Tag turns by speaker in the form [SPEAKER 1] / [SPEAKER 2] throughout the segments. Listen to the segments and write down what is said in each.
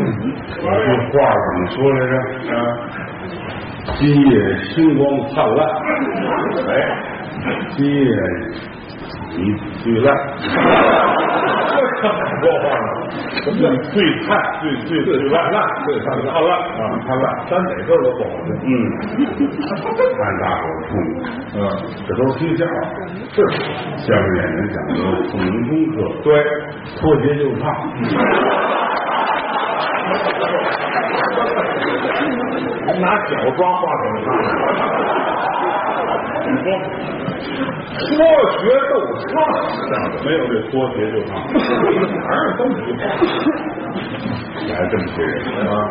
[SPEAKER 1] 有句话怎么说来着？
[SPEAKER 2] 嗯，
[SPEAKER 1] 今夜星光灿烂，
[SPEAKER 2] 哎，
[SPEAKER 1] 今夜你最烂，
[SPEAKER 2] 这可么说话呢？什么叫最灿？最最最烂烂？最灿烂啊！
[SPEAKER 1] 灿烂。
[SPEAKER 2] 沾哪事儿都不好听。
[SPEAKER 1] 嗯，看大伙儿父母。
[SPEAKER 2] 嗯，
[SPEAKER 1] 这都是睡觉，是相声演员讲究不能功课，
[SPEAKER 2] 对，嗯
[SPEAKER 1] 脱鞋就上。
[SPEAKER 2] 还拿脚抓话筒上，
[SPEAKER 1] 你说
[SPEAKER 2] 脱学逗唱，
[SPEAKER 1] 没有这脱鞋就 上，
[SPEAKER 2] 哪儿这么句
[SPEAKER 1] 来这么些人
[SPEAKER 2] 啊？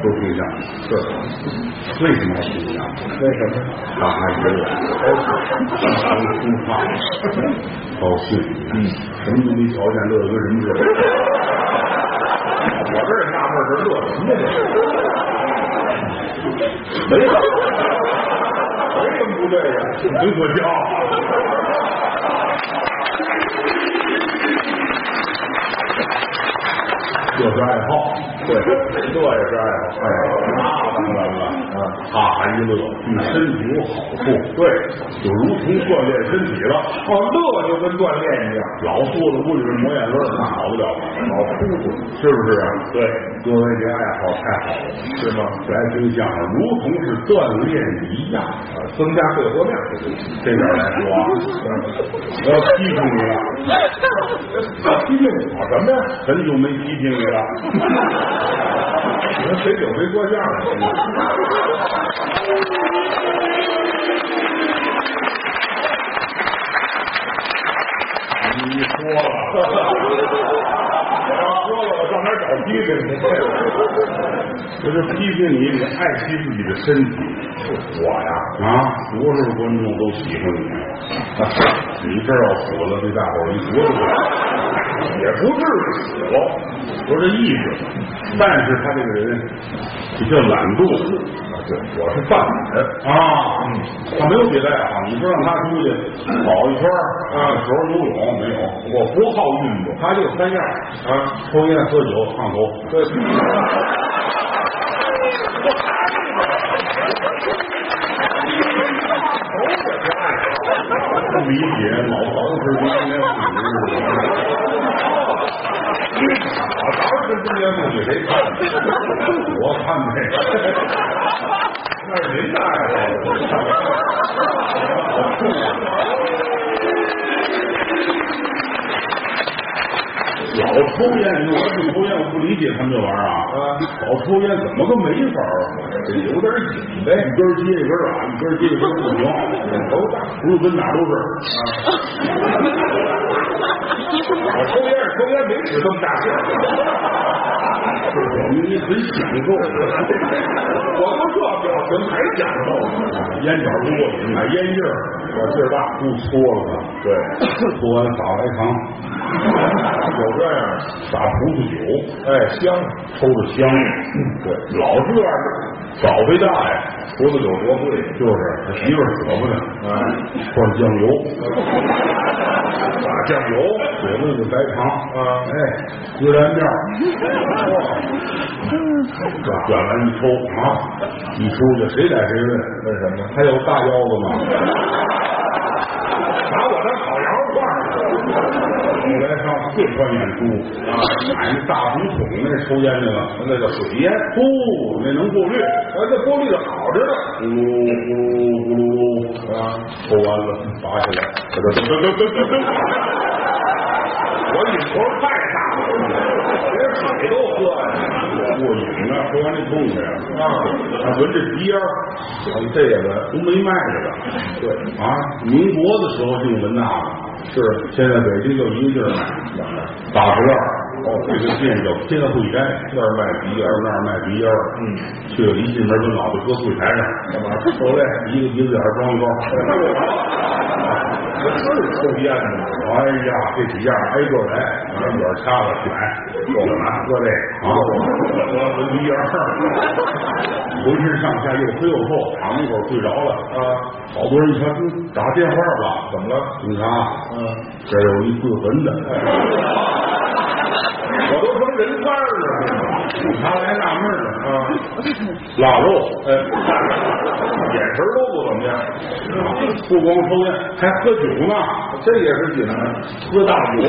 [SPEAKER 1] 都睡觉，
[SPEAKER 2] 是，
[SPEAKER 1] 为什么还睡觉？
[SPEAKER 2] 为什么？
[SPEAKER 1] 大汗流浃背，上书胖，高兴，
[SPEAKER 2] 嗯，
[SPEAKER 1] 啊什么都没瞧见，乐得跟什么似的。
[SPEAKER 2] 我这儿纳闷儿是乐什么呢？没有，没什么不对呀、
[SPEAKER 1] 真可笑。这是爱好，
[SPEAKER 2] 对，这也是爱好。
[SPEAKER 1] 哎，那当然了，啊，哈哈一乐，对身体有好处，
[SPEAKER 2] 对，
[SPEAKER 1] 就如同锻炼身体了。
[SPEAKER 2] 哦，乐就跟锻炼一样，
[SPEAKER 1] 老坐在屋里边抹眼泪儿，那好不了，
[SPEAKER 2] 老舒服，
[SPEAKER 1] 是不是啊？
[SPEAKER 2] 对，
[SPEAKER 1] 各位这爱好太好了，
[SPEAKER 2] 是吗？
[SPEAKER 1] 来听相声如同是锻炼一样。
[SPEAKER 2] 啊，增加肺活量是对
[SPEAKER 1] 这边来说 啊，我要批评你了。
[SPEAKER 2] 的。批评我什么呀？
[SPEAKER 1] 很久没批评你了，
[SPEAKER 2] 你们谁久没说相声了？
[SPEAKER 1] 你说了，
[SPEAKER 2] 我要说了，我上哪儿找批评去？
[SPEAKER 1] 我就批评你，你爱惜自己的身体
[SPEAKER 2] 我呀，
[SPEAKER 1] 啊！多少观众都喜欢你，你这儿要死了，对大伙儿一多少
[SPEAKER 2] 也不至于死了。
[SPEAKER 1] 都这意思。但是他这个人比较懒惰
[SPEAKER 2] 对，我是犯懒。
[SPEAKER 1] 啊，他没有别的爱好。啊你说让他出去跑一圈儿啊，手游泳没有？
[SPEAKER 2] 我不好运动，他就三样啊，
[SPEAKER 1] 抽烟、喝酒、烫头，
[SPEAKER 2] 对，
[SPEAKER 1] 不理解老头子是应该死。
[SPEAKER 2] 我当时中间妇女谁看的？
[SPEAKER 1] 我看这个，
[SPEAKER 2] 那是您的爱好。
[SPEAKER 1] 老抽烟，你说我不抽烟，我不理解他们这玩意儿啊。
[SPEAKER 2] 啊
[SPEAKER 1] 老抽烟怎么个没法儿啊？
[SPEAKER 2] 这有点瘾
[SPEAKER 1] 哎，
[SPEAKER 2] 呗，
[SPEAKER 1] 一根接一根啊，一根接一根不行，
[SPEAKER 2] 瘾头大。
[SPEAKER 1] 葫芦根哪都是。
[SPEAKER 2] 我抽烟是抽烟没使这么大劲儿，
[SPEAKER 1] 我们也很享受，
[SPEAKER 2] 我都这表情还享受。
[SPEAKER 1] 烟角不过瘾，买烟叶儿
[SPEAKER 2] 我劲儿大，
[SPEAKER 1] 不搓了，
[SPEAKER 2] 对，
[SPEAKER 1] 搓完撒白糖，
[SPEAKER 2] 有这样，
[SPEAKER 1] 撒葡萄酒，
[SPEAKER 2] 哎，香，嗯
[SPEAKER 1] 抽着香，
[SPEAKER 2] 对，
[SPEAKER 1] 老是这样的。早回大爷
[SPEAKER 2] 葡萄酒多贵，
[SPEAKER 1] 就是他媳妇儿舍不得，
[SPEAKER 2] 哎，
[SPEAKER 1] 放酱油，
[SPEAKER 2] 打酱油，
[SPEAKER 1] 嘴弄个白糖，
[SPEAKER 2] 啊
[SPEAKER 1] 哎，孜然面儿， 卷完一抽啊，一出去谁逮谁问，
[SPEAKER 2] 那什么，
[SPEAKER 1] 还有大腰子 吗？
[SPEAKER 2] 拿我当烤羊肉串儿
[SPEAKER 1] 后来上四川演出啊，买那大竹筒那抽烟去了，
[SPEAKER 2] 那叫水烟，
[SPEAKER 1] 不，那能过滤，
[SPEAKER 2] 咱这玻璃的好着呢。
[SPEAKER 1] 咕噜咕噜咕噜
[SPEAKER 2] 啊，
[SPEAKER 1] 抽完了拔起来，
[SPEAKER 2] 噔噔噔噔噔噔，我瘾头太大了，连水都喝呀。
[SPEAKER 1] 过瘾啊！抽完这痛快啊！
[SPEAKER 2] 啊，
[SPEAKER 1] 他闻这鼻烟儿
[SPEAKER 2] 这也闻，
[SPEAKER 1] 都没卖着
[SPEAKER 2] 对，
[SPEAKER 1] 的啊！民国的时候净闻那个，
[SPEAKER 2] 是
[SPEAKER 1] 现在北京就一个地儿卖，
[SPEAKER 2] 哪儿？
[SPEAKER 1] 大石栏儿哦，这个店叫天汇斋，
[SPEAKER 2] 那儿卖
[SPEAKER 1] 鼻烟儿那儿卖鼻烟儿，
[SPEAKER 2] 嗯，
[SPEAKER 1] 去了一进门跟脑袋搁柜台上，
[SPEAKER 2] 干嘛？受累。
[SPEAKER 1] 一个鼻子眼儿装一 包。
[SPEAKER 2] 我是抽烟的，
[SPEAKER 1] 哎呀，这几样挨个来，挨个掐了选，够了拿喝这啊，我闻鼻烟儿，浑身上下又黑又厚，躺门口睡着了。
[SPEAKER 2] 啊，
[SPEAKER 1] 好多人一瞧，嗯打电话吧，
[SPEAKER 2] 怎么了？
[SPEAKER 1] 警察，
[SPEAKER 2] 嗯，
[SPEAKER 1] 这儿有一自焚的，
[SPEAKER 2] 我都成人贩儿了，
[SPEAKER 1] 他还纳闷呢啊，
[SPEAKER 2] 拉肉，
[SPEAKER 1] 呃，眼神都不怎么样，不光抽烟，还喝酒呢，这也是济南喝大酒，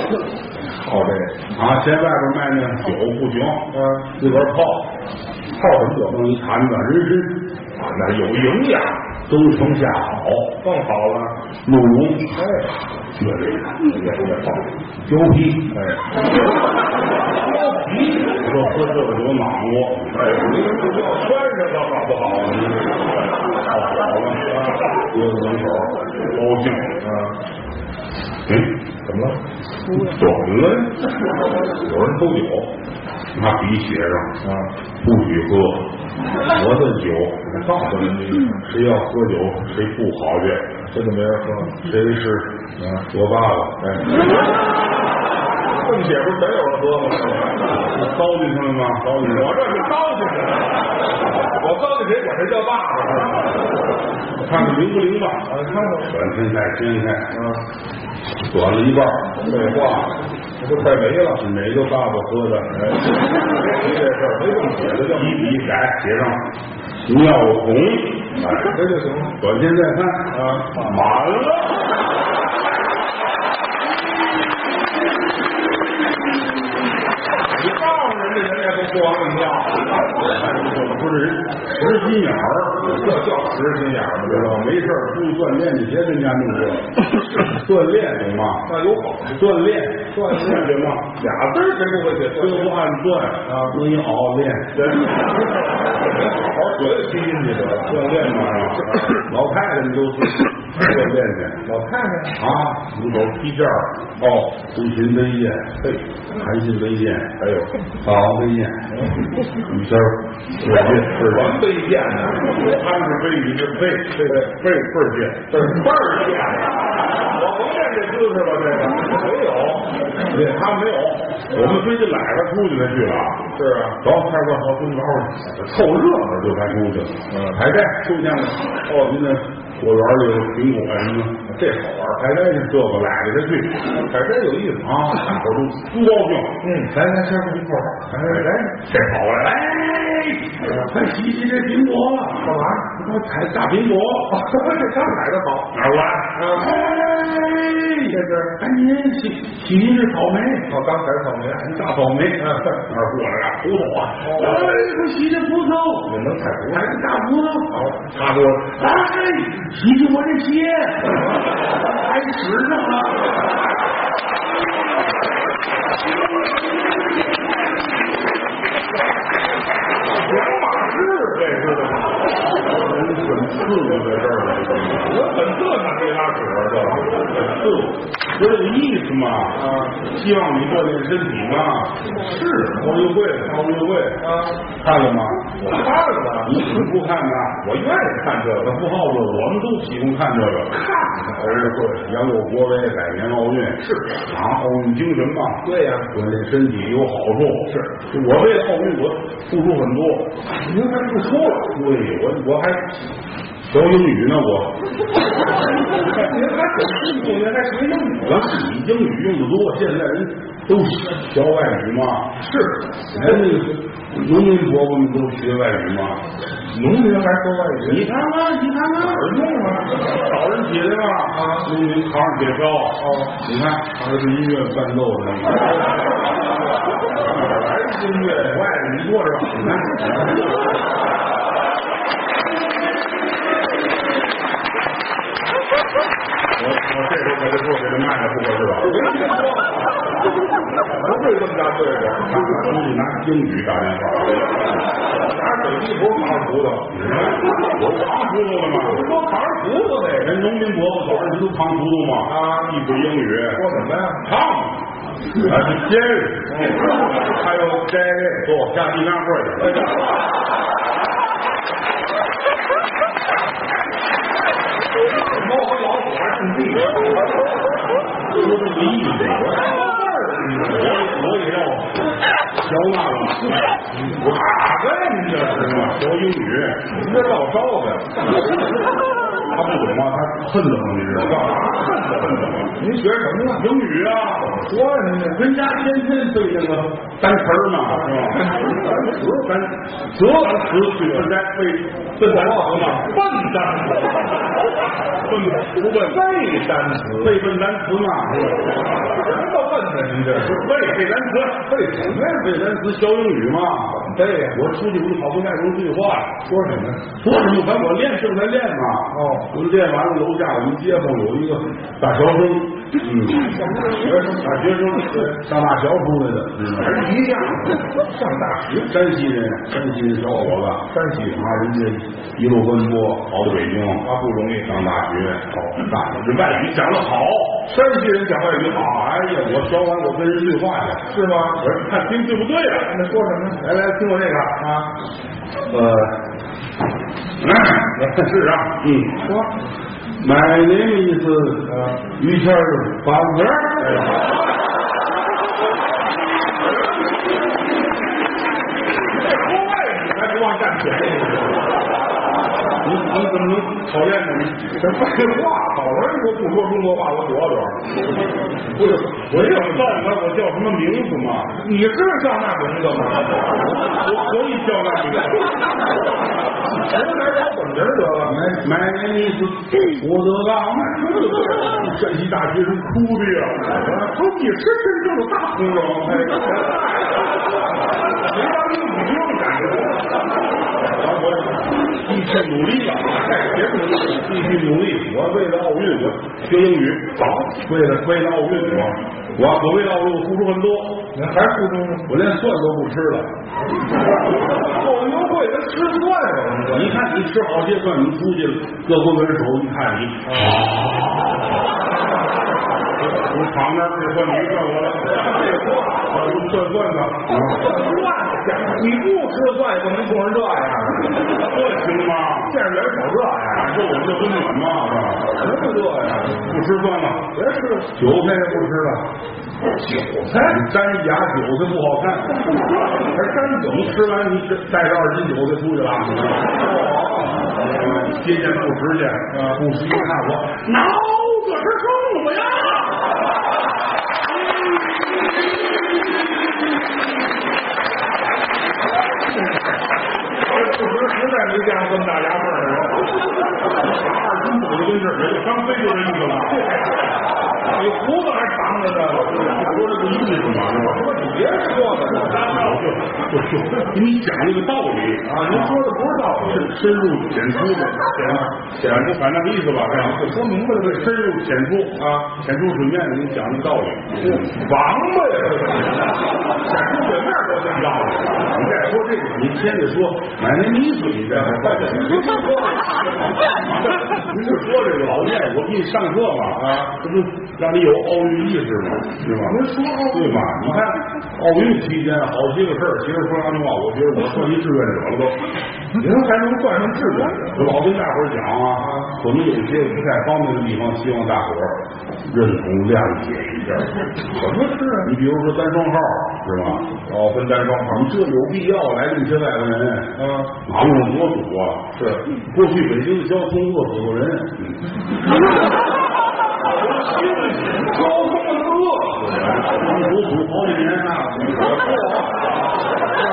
[SPEAKER 1] 好这个啊，嫌外边卖那酒不行，啊，自个儿泡，泡什么酒？弄一坛子人参，啊，那有营养，冬虫夏草，
[SPEAKER 2] 更好了。
[SPEAKER 1] 鹿茸，哎，这里也也放貂皮，哎，貂皮，说喝这个酒暖和，
[SPEAKER 2] 哎，您不要穿上它好不好？
[SPEAKER 1] 泡好了，啊，搁在门口高兴，啊，嗯，怎么了？懂了，有人抽酒，拿笔写上啊，不许喝我的酒，告诉人家，谁要喝酒谁不好去，这就没人喝，谁是啊，我爸爸，哎，
[SPEAKER 2] 这么写不是真有人喝吗？
[SPEAKER 1] 糟践他们吗？糟践
[SPEAKER 2] 我这是糟践人，我糟践谁管谁叫爸爸？
[SPEAKER 1] 我看看灵不灵吧，
[SPEAKER 2] 啊，看看
[SPEAKER 1] 转身菜，天菜，
[SPEAKER 2] 啊，
[SPEAKER 1] 短了一半儿，
[SPEAKER 2] 废话，这都快没了。
[SPEAKER 1] 是哪个爸爸喝的？哎
[SPEAKER 2] 没这事儿，没这么写的就，
[SPEAKER 1] 一笔改写上尿红，哎，
[SPEAKER 2] 啊这就行了。
[SPEAKER 1] 短天再看
[SPEAKER 2] 啊
[SPEAKER 1] 满了。
[SPEAKER 2] 你告诉人家，人家都不往里尿，
[SPEAKER 1] 不是人实心眼儿，
[SPEAKER 2] 这叫实心眼儿吗？
[SPEAKER 1] 知道没事儿注意锻炼，你别跟家弄这，锻炼懂吗？
[SPEAKER 2] 那有好处，
[SPEAKER 1] 锻炼，锻炼行吗？
[SPEAKER 2] 俩字儿谁不会写？
[SPEAKER 1] 这不按断啊，不一熬练，
[SPEAKER 2] 好好学学进去得了。
[SPEAKER 1] 锻炼嘛是吧？老太太们都是锻炼
[SPEAKER 2] 我看看，
[SPEAKER 1] 去啊，五走劈毽儿，哦，红心飞燕，嘿，韩信飞燕，还有霸王飞燕，雨仙儿，是吧？是吧？
[SPEAKER 2] 全被骗了，
[SPEAKER 1] 他是飞，你是飞，这个飞倍儿贱。
[SPEAKER 2] 这是倍儿骗了。我甭练这姿势了，这个没有，
[SPEAKER 1] 对，他没有，我们非得揽着出去才去了啊。
[SPEAKER 2] 是啊，
[SPEAKER 1] 走，开罐头，跟包凑热闹就该出去了。
[SPEAKER 2] 嗯
[SPEAKER 1] 海带出现了，哦，您那果园里有苹果什么的，
[SPEAKER 2] 这好玩儿，
[SPEAKER 1] 海带是这个揽着他去
[SPEAKER 2] 还真有意思。
[SPEAKER 1] 啊，大伙儿都都高兴。
[SPEAKER 2] 嗯，来来，先生一块儿，来来来，
[SPEAKER 1] 这好了，哎，快洗洗这苹果了，
[SPEAKER 2] 干嘛？
[SPEAKER 1] 我采大苹果，
[SPEAKER 2] 这刚买的好，
[SPEAKER 1] 哪儿来？哎，
[SPEAKER 2] 这是
[SPEAKER 1] 赶紧洗洗一只草莓。
[SPEAKER 2] 我刚才草莓，
[SPEAKER 1] 大哦草莓，嗯，那儿过来俩葡萄啊，
[SPEAKER 2] 哦
[SPEAKER 1] 哎，我洗这葡萄，
[SPEAKER 2] 你能采葡
[SPEAKER 1] 来
[SPEAKER 2] 萄？
[SPEAKER 1] 个大葡萄，
[SPEAKER 2] 哦
[SPEAKER 1] 他说，哎，洗洗我这 鞋，还使上了，
[SPEAKER 2] 两码事，这是的吗？
[SPEAKER 1] 人很刺激在这儿了，
[SPEAKER 2] 我很这才没拉屎，这
[SPEAKER 1] 很刺激，不是这个意思嘛，啊，希望你锻炼身体嘛，是，奥运会，奥运会，
[SPEAKER 2] 啊，
[SPEAKER 1] 看了吗？
[SPEAKER 2] 我看了，
[SPEAKER 1] 你是不看呐？
[SPEAKER 2] 我愿意看这
[SPEAKER 1] 那
[SPEAKER 2] 个，
[SPEAKER 1] 不好说，我们都喜欢看这个。看，而会扬我国威，百年奥运是啊，奥运精神嘛，
[SPEAKER 2] 对呀
[SPEAKER 1] 锻炼身体有好处。是，我为了奥运我付出很多，
[SPEAKER 2] 您还付出了，
[SPEAKER 1] 对我我还学英语呢，我
[SPEAKER 2] 您还很辛苦，您还学英语
[SPEAKER 1] 我是你英语用的多，现在人都学外语嘛，
[SPEAKER 2] 是，
[SPEAKER 1] 人家农民伯伯们都学外语嘛。
[SPEAKER 2] 农民还说外语，
[SPEAKER 1] 你看看，你看看，哪儿用啊？找人起来吧，啊，农民扛着铁锹，哦，你看他是音乐伴奏的，
[SPEAKER 2] 还是音乐？
[SPEAKER 1] 外边你坐着吧，你看，我我这时候给他说给他卖了不合适吧？
[SPEAKER 2] 不会这么大岁数，
[SPEAKER 1] 他出去拿英语打电话，
[SPEAKER 2] 拿水滴不扛着葡萄，
[SPEAKER 1] 你看我扛葡萄了
[SPEAKER 2] 不
[SPEAKER 1] 吗？
[SPEAKER 2] 说扛着葡萄呗？
[SPEAKER 1] 人农民伯伯早上他都扛葡萄嘛，
[SPEAKER 2] 啊
[SPEAKER 1] 一嘴英语，
[SPEAKER 2] 说什么呀？
[SPEAKER 1] 唱，啊是监狱，还有监狱坐下地干会去。
[SPEAKER 2] 猫和老虎还种地，
[SPEAKER 1] 说这个意思，我我也要学那个，我
[SPEAKER 2] 哪个呀？您这是？
[SPEAKER 1] 学英语，
[SPEAKER 2] 您这落梢呗？
[SPEAKER 1] 他不懂啊，他恨得慌，你知道
[SPEAKER 2] 干
[SPEAKER 1] 吗？
[SPEAKER 2] 嘛
[SPEAKER 1] 您学什么了？英语啊，
[SPEAKER 2] 说什么呀？
[SPEAKER 1] 人家天天对那个单词儿嘛，是吧？
[SPEAKER 2] 折返
[SPEAKER 1] 这词去笨蛋为笨蛋词嘛，笨蛋词，笨不笨？
[SPEAKER 2] 背单词，
[SPEAKER 1] 背笨单词嘛，是吧？
[SPEAKER 2] 什么都问的您这是
[SPEAKER 1] 背背单词，
[SPEAKER 2] 背什么呀？
[SPEAKER 1] 背单词学英语嘛。
[SPEAKER 2] 背呀？
[SPEAKER 1] 我出去不是跑不下说句话呀？
[SPEAKER 2] 说什么呀？
[SPEAKER 1] 说什么？反正我练正在练嘛。
[SPEAKER 2] 哦，
[SPEAKER 1] 我们练完了，楼下我们街坊有一个大学生，嗯，学生大学生，对上大学出来的，嗯，还是一样，
[SPEAKER 2] 上大学
[SPEAKER 1] 山西人，山西人小伙子，
[SPEAKER 2] 山西
[SPEAKER 1] 啊，人家一路奔波跑到北京，
[SPEAKER 2] 啊不容易，
[SPEAKER 1] 上大学，哦，大学这外语讲得好，山西人讲外语好，哎呀，我学完我跟人对话去，
[SPEAKER 2] 是吗
[SPEAKER 1] 我？说看听对不对啊？
[SPEAKER 2] 那说什么呀？
[SPEAKER 1] 来来，听我这个啊，呃，是啊，嗯。
[SPEAKER 2] 说
[SPEAKER 1] My name is 于谦呃儿八哥。
[SPEAKER 2] 国外语还哎不忘占便宜，
[SPEAKER 1] 你你怎么能讨厌呢？
[SPEAKER 2] 这废话，好玩儿你说不说中国话，我躲躲。不是，
[SPEAKER 1] 我也问问我叫什么名字嘛？
[SPEAKER 2] 你是上那名字吗？
[SPEAKER 1] 我可以叫那名字。
[SPEAKER 2] 咱来找本名得了。
[SPEAKER 1] My name is 郭德纲。山西大学生哭的呀！说你是真正的大红龙，哎，
[SPEAKER 2] 没当英语用感觉，
[SPEAKER 1] 我继续努力啊！
[SPEAKER 2] 别努力，
[SPEAKER 1] 继续努力，我为了奥运，我学英语早，为了为了奥运，我我我为了奥运付出很多，
[SPEAKER 2] 您还不中
[SPEAKER 1] 我连蒜都不吃了。
[SPEAKER 2] 奥运会他吃蒜了，
[SPEAKER 1] 你看你吃好些蒜，你出去了，各国元首一看你，从旁边这蒜泥转过来，这话我就蒜蒜的，
[SPEAKER 2] 蒜你不吃蒜也不能冲成这样，
[SPEAKER 1] 这行吗？
[SPEAKER 2] 见着人少这样，
[SPEAKER 1] 感受我们的温暖嘛，是吧？
[SPEAKER 2] 什么这样？
[SPEAKER 1] 不吃蒜了，
[SPEAKER 2] 别吃了，
[SPEAKER 1] 韭菜也不吃了，
[SPEAKER 2] 韭菜
[SPEAKER 1] 你沾一牙韭菜不好看，还沾韭菜，吃完你带着二斤韭菜出去了，接见不识去，啊不识一看我
[SPEAKER 2] 脑子是什么呀？不是实在没见过这么大牙缝儿，
[SPEAKER 1] 二斤韭菜跟这人张飞就这意思了。
[SPEAKER 2] 你胡子还长着呢。
[SPEAKER 1] 说这个意思嘛，是吧？
[SPEAKER 2] 你别说了
[SPEAKER 1] 我就给你讲这个道理
[SPEAKER 2] 啊！您说的不是道理，
[SPEAKER 1] 深深入浅出的，浅浅出，反正这意思吧，这样
[SPEAKER 2] 我说明白了这
[SPEAKER 1] 深入浅出啊，浅出水面给你讲这道理，
[SPEAKER 2] 王八呀！显出水面都讲道理，
[SPEAKER 1] 你再说这个，你偏得说买那意思，你这您就说这个老练，我给你上课嘛啊，这不让你有奥运意识吗？是吧？
[SPEAKER 2] 您说
[SPEAKER 1] 对吧？你看奥运期间好些个事儿，其实说良心话，我觉得我算一志愿者了都。
[SPEAKER 2] 您还能算上智者？
[SPEAKER 1] 我老跟大伙儿讲啊，我们有些不太方便的地方，希望大伙儿认同谅解一下。
[SPEAKER 2] 什么事啊？
[SPEAKER 1] 你比如说单双号是吧？
[SPEAKER 2] 哦，分单双
[SPEAKER 1] 你这有必要来这么些外国人？
[SPEAKER 2] 啊，
[SPEAKER 1] 马路上多堵啊！
[SPEAKER 2] 是
[SPEAKER 1] 过去北京的交通饿死过人，嗯
[SPEAKER 2] 高峰饿死人，
[SPEAKER 1] 堵堵好几年啊！
[SPEAKER 2] 那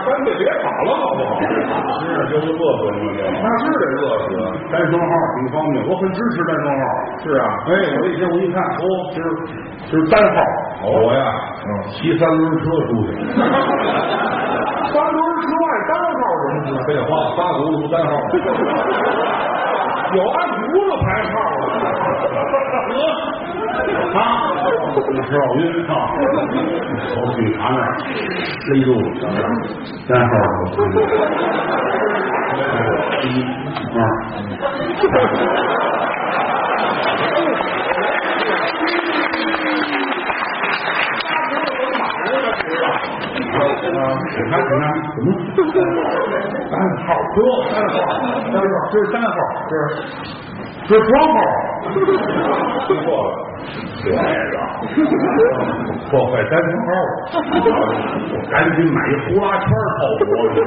[SPEAKER 2] 干脆别跑了，好不好？
[SPEAKER 1] 是就是饿死了嘛，
[SPEAKER 2] 那是得饿死，
[SPEAKER 1] 这单双号挺方便，我很支持单双号。
[SPEAKER 2] 是啊，
[SPEAKER 1] 哎，我那天我一看，哦，今儿今儿单号，我呀，
[SPEAKER 2] 嗯
[SPEAKER 1] 骑三轮车出去。
[SPEAKER 2] 三轮车按单号什么
[SPEAKER 1] 废话，仨轱辘不单号，
[SPEAKER 2] 的，有按轱辘排号的，
[SPEAKER 1] 啊，吃奥运啊，跑警察那儿勒住我，单号啊一二，警察警察
[SPEAKER 2] 啊，
[SPEAKER 1] 怎么单号这单号单号这是单号这是这是双号，
[SPEAKER 2] 听错了，
[SPEAKER 1] 这个破坏单元号，我赶紧买一呼啦圈套脖子。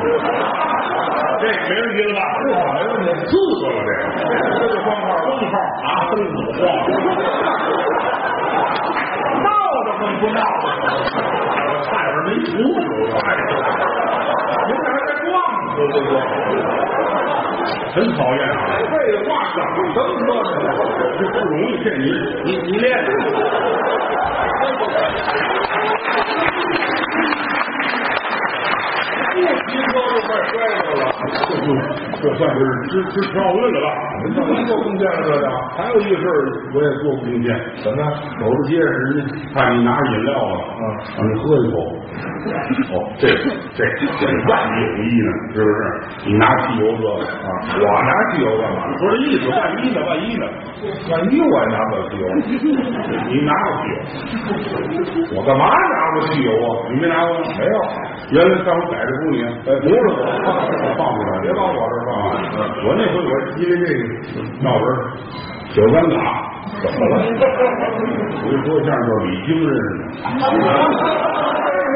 [SPEAKER 1] 这没问题了吧？这好没问题，住着了这，这就光号灯号啊，灯子晃，闹得很不闹得慌，我差点没扶住我，差点，您这还在撞死这个，真讨厌啊！废话，长什么说呢？这不容易，这你你你练练。不提高就快摔着了，这就这算是知知识奥运了吧？那您做贡献了这个。还有一个事儿，我也做贡献，什么？走着街上，人家看你拿着饮料了，啊，你喝一口，哦，这这这万里有一呢，是不是？你拿汽油这个啊，我拿汽油干嘛？不是意思，万一呢？万一呢？万一我也拿不了汽油，你拿过汽油。我干嘛拿过汽油啊？你没拿过吗？没有。原来上回逮着姑你，哎，不是我放我放不了，别往我这儿放啊！我那回我因为这个闹人，九三打，怎么了？我就说相声叫李菁认识的，